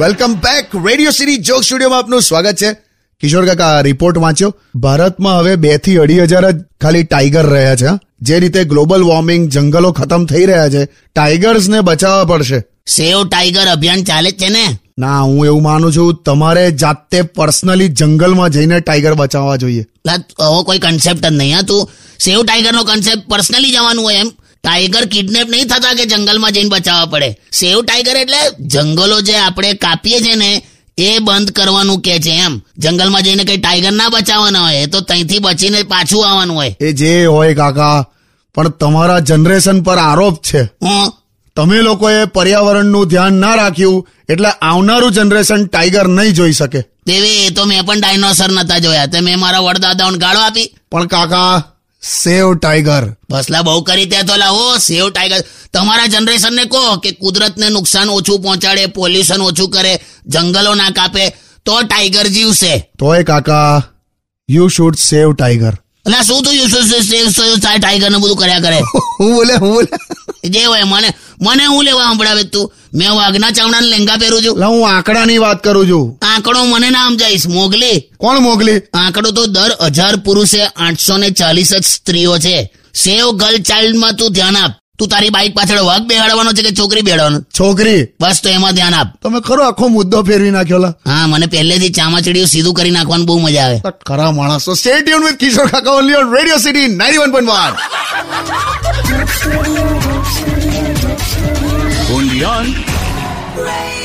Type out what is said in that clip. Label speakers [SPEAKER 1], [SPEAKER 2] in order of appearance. [SPEAKER 1] Welcome back radio city joke સ્ટુડિયોમાં આપનું સ્વાગત છે કિશોર કાકા રિપોર્ટ વાંચ્યો ભારતમાં હવે બે થી અઢી હજાર જ ખાલી ટાઈગર રહ્યા છે હા? જે રીતે ગ્લોબલ વોર્મિંગ જંગલો ખતમ થઈ રહ્યા છે ટાઈગર્સને બચાવવા પડશે
[SPEAKER 2] સેવ ટાઈગર અભિયાન ચાલે જ છે ને
[SPEAKER 1] ના હું એવું માનું છું તમારે જાતે પર્સનલી જંગલમાં જઈને ટાઈગર બચાવવા જોઈએ
[SPEAKER 2] લા, આવો કોઈ કન્સેપ્ટ જ નહીં હા તું સેવ ટાઈગર નો કન્સેપ્ટ પર્સનલી જવાનું હોય એમ ટાઈગર કિડનેપ નહીં થતા કે જંગલમાં જઈને બચાવવા પડે સેવ ટાઈગર એટલે જંગલો જે આપણે કાપીએ છે ને એ બંધ કરવાનું કે છે એમ જંગલમાં જઈને કઈ ટાઈગર ના બચાવવાના હોય એ તો ત્યાંથી બચીને પાછું આવવાનું હોય
[SPEAKER 1] એ જે હોય કાકા પણ તમારા જનરેશન પર આરોપ છે
[SPEAKER 2] હું
[SPEAKER 1] તમે લોકોએ પર્યાવરણનું ધ્યાન ના રાખ્યું એટલે આવનારું જનરેશન ટાઈગર નહીં જોઈ શકે
[SPEAKER 2] દેવી એ તો મેં પણ ડાયનોસર નતા જોયા તે મેં મારા વડદાદાઓને ગાળો આપી
[SPEAKER 1] પણ કાકા સેવ ટાઈગર
[SPEAKER 2] ફસલા બહુ કરી ત્યાં તો લાવો સેવ ટાઈગર તમારા જનરેશનને કહો કે કુદરતને નુકસાન ઓછું પહોંચાડે પોલ્યુશન ઓછું કરે જંગલો ના કાપે તો ટાઈગર જીવશે
[SPEAKER 1] તોય કાકા યુ શુડ સેવ ટાઈગર
[SPEAKER 2] એટલે શું તું યુસુ સેવ સેવ ટાઈગર ને બધું કર્યા કરે
[SPEAKER 1] હું બોલે હું બોલે
[SPEAKER 2] જે હોય મને મને હું લેવા સંભળાવે તું મેં વાઘના ચામડાને લેંગા પહેરું છું
[SPEAKER 1] એટલે હું આંકડાની વાત કરું છું
[SPEAKER 2] આંકડો મને ના સમજાઈશ મોગલી
[SPEAKER 1] કોણ મોકલી
[SPEAKER 2] આંકડો તો દર હજાર પુરુષે આઠસો ને ચાલીસ જ સ્ત્રીઓ છે સેવ ગર્લ ચાઇલ્ડ માં તું ધ્યાન આપ તું તારી બાઇક પાછળ વાઘ બેહાડવાનો છે કે છોકરી બેહાડવાનો
[SPEAKER 1] છોકરી
[SPEAKER 2] બસ તો એમાં ધ્યાન આપ
[SPEAKER 1] તમે ખરો આખો મુદ્દો ફેરવી નાખ્યો લા
[SPEAKER 2] હા મને પહેલેથી ચામાચડીયું સીધું કરી નાખવાનું બહુ મજા આવે
[SPEAKER 1] તો ખરા માણસો સ્ટે ટ્યુન વિથ કિશોર કાકા only on radio city 91.1
[SPEAKER 3] Undian.
[SPEAKER 4] Radio